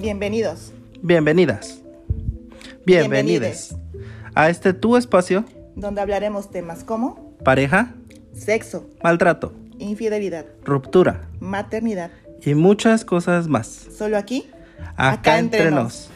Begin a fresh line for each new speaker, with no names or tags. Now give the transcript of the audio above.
Bienvenidos.
Bienvenidas. Bienvenides. A este tu espacio,
Donde hablaremos temas como
pareja,
sexo,
maltrato,
infidelidad,
ruptura
maternidad.
y muchas cosas más.
Solo aquí
Acá, entre nos.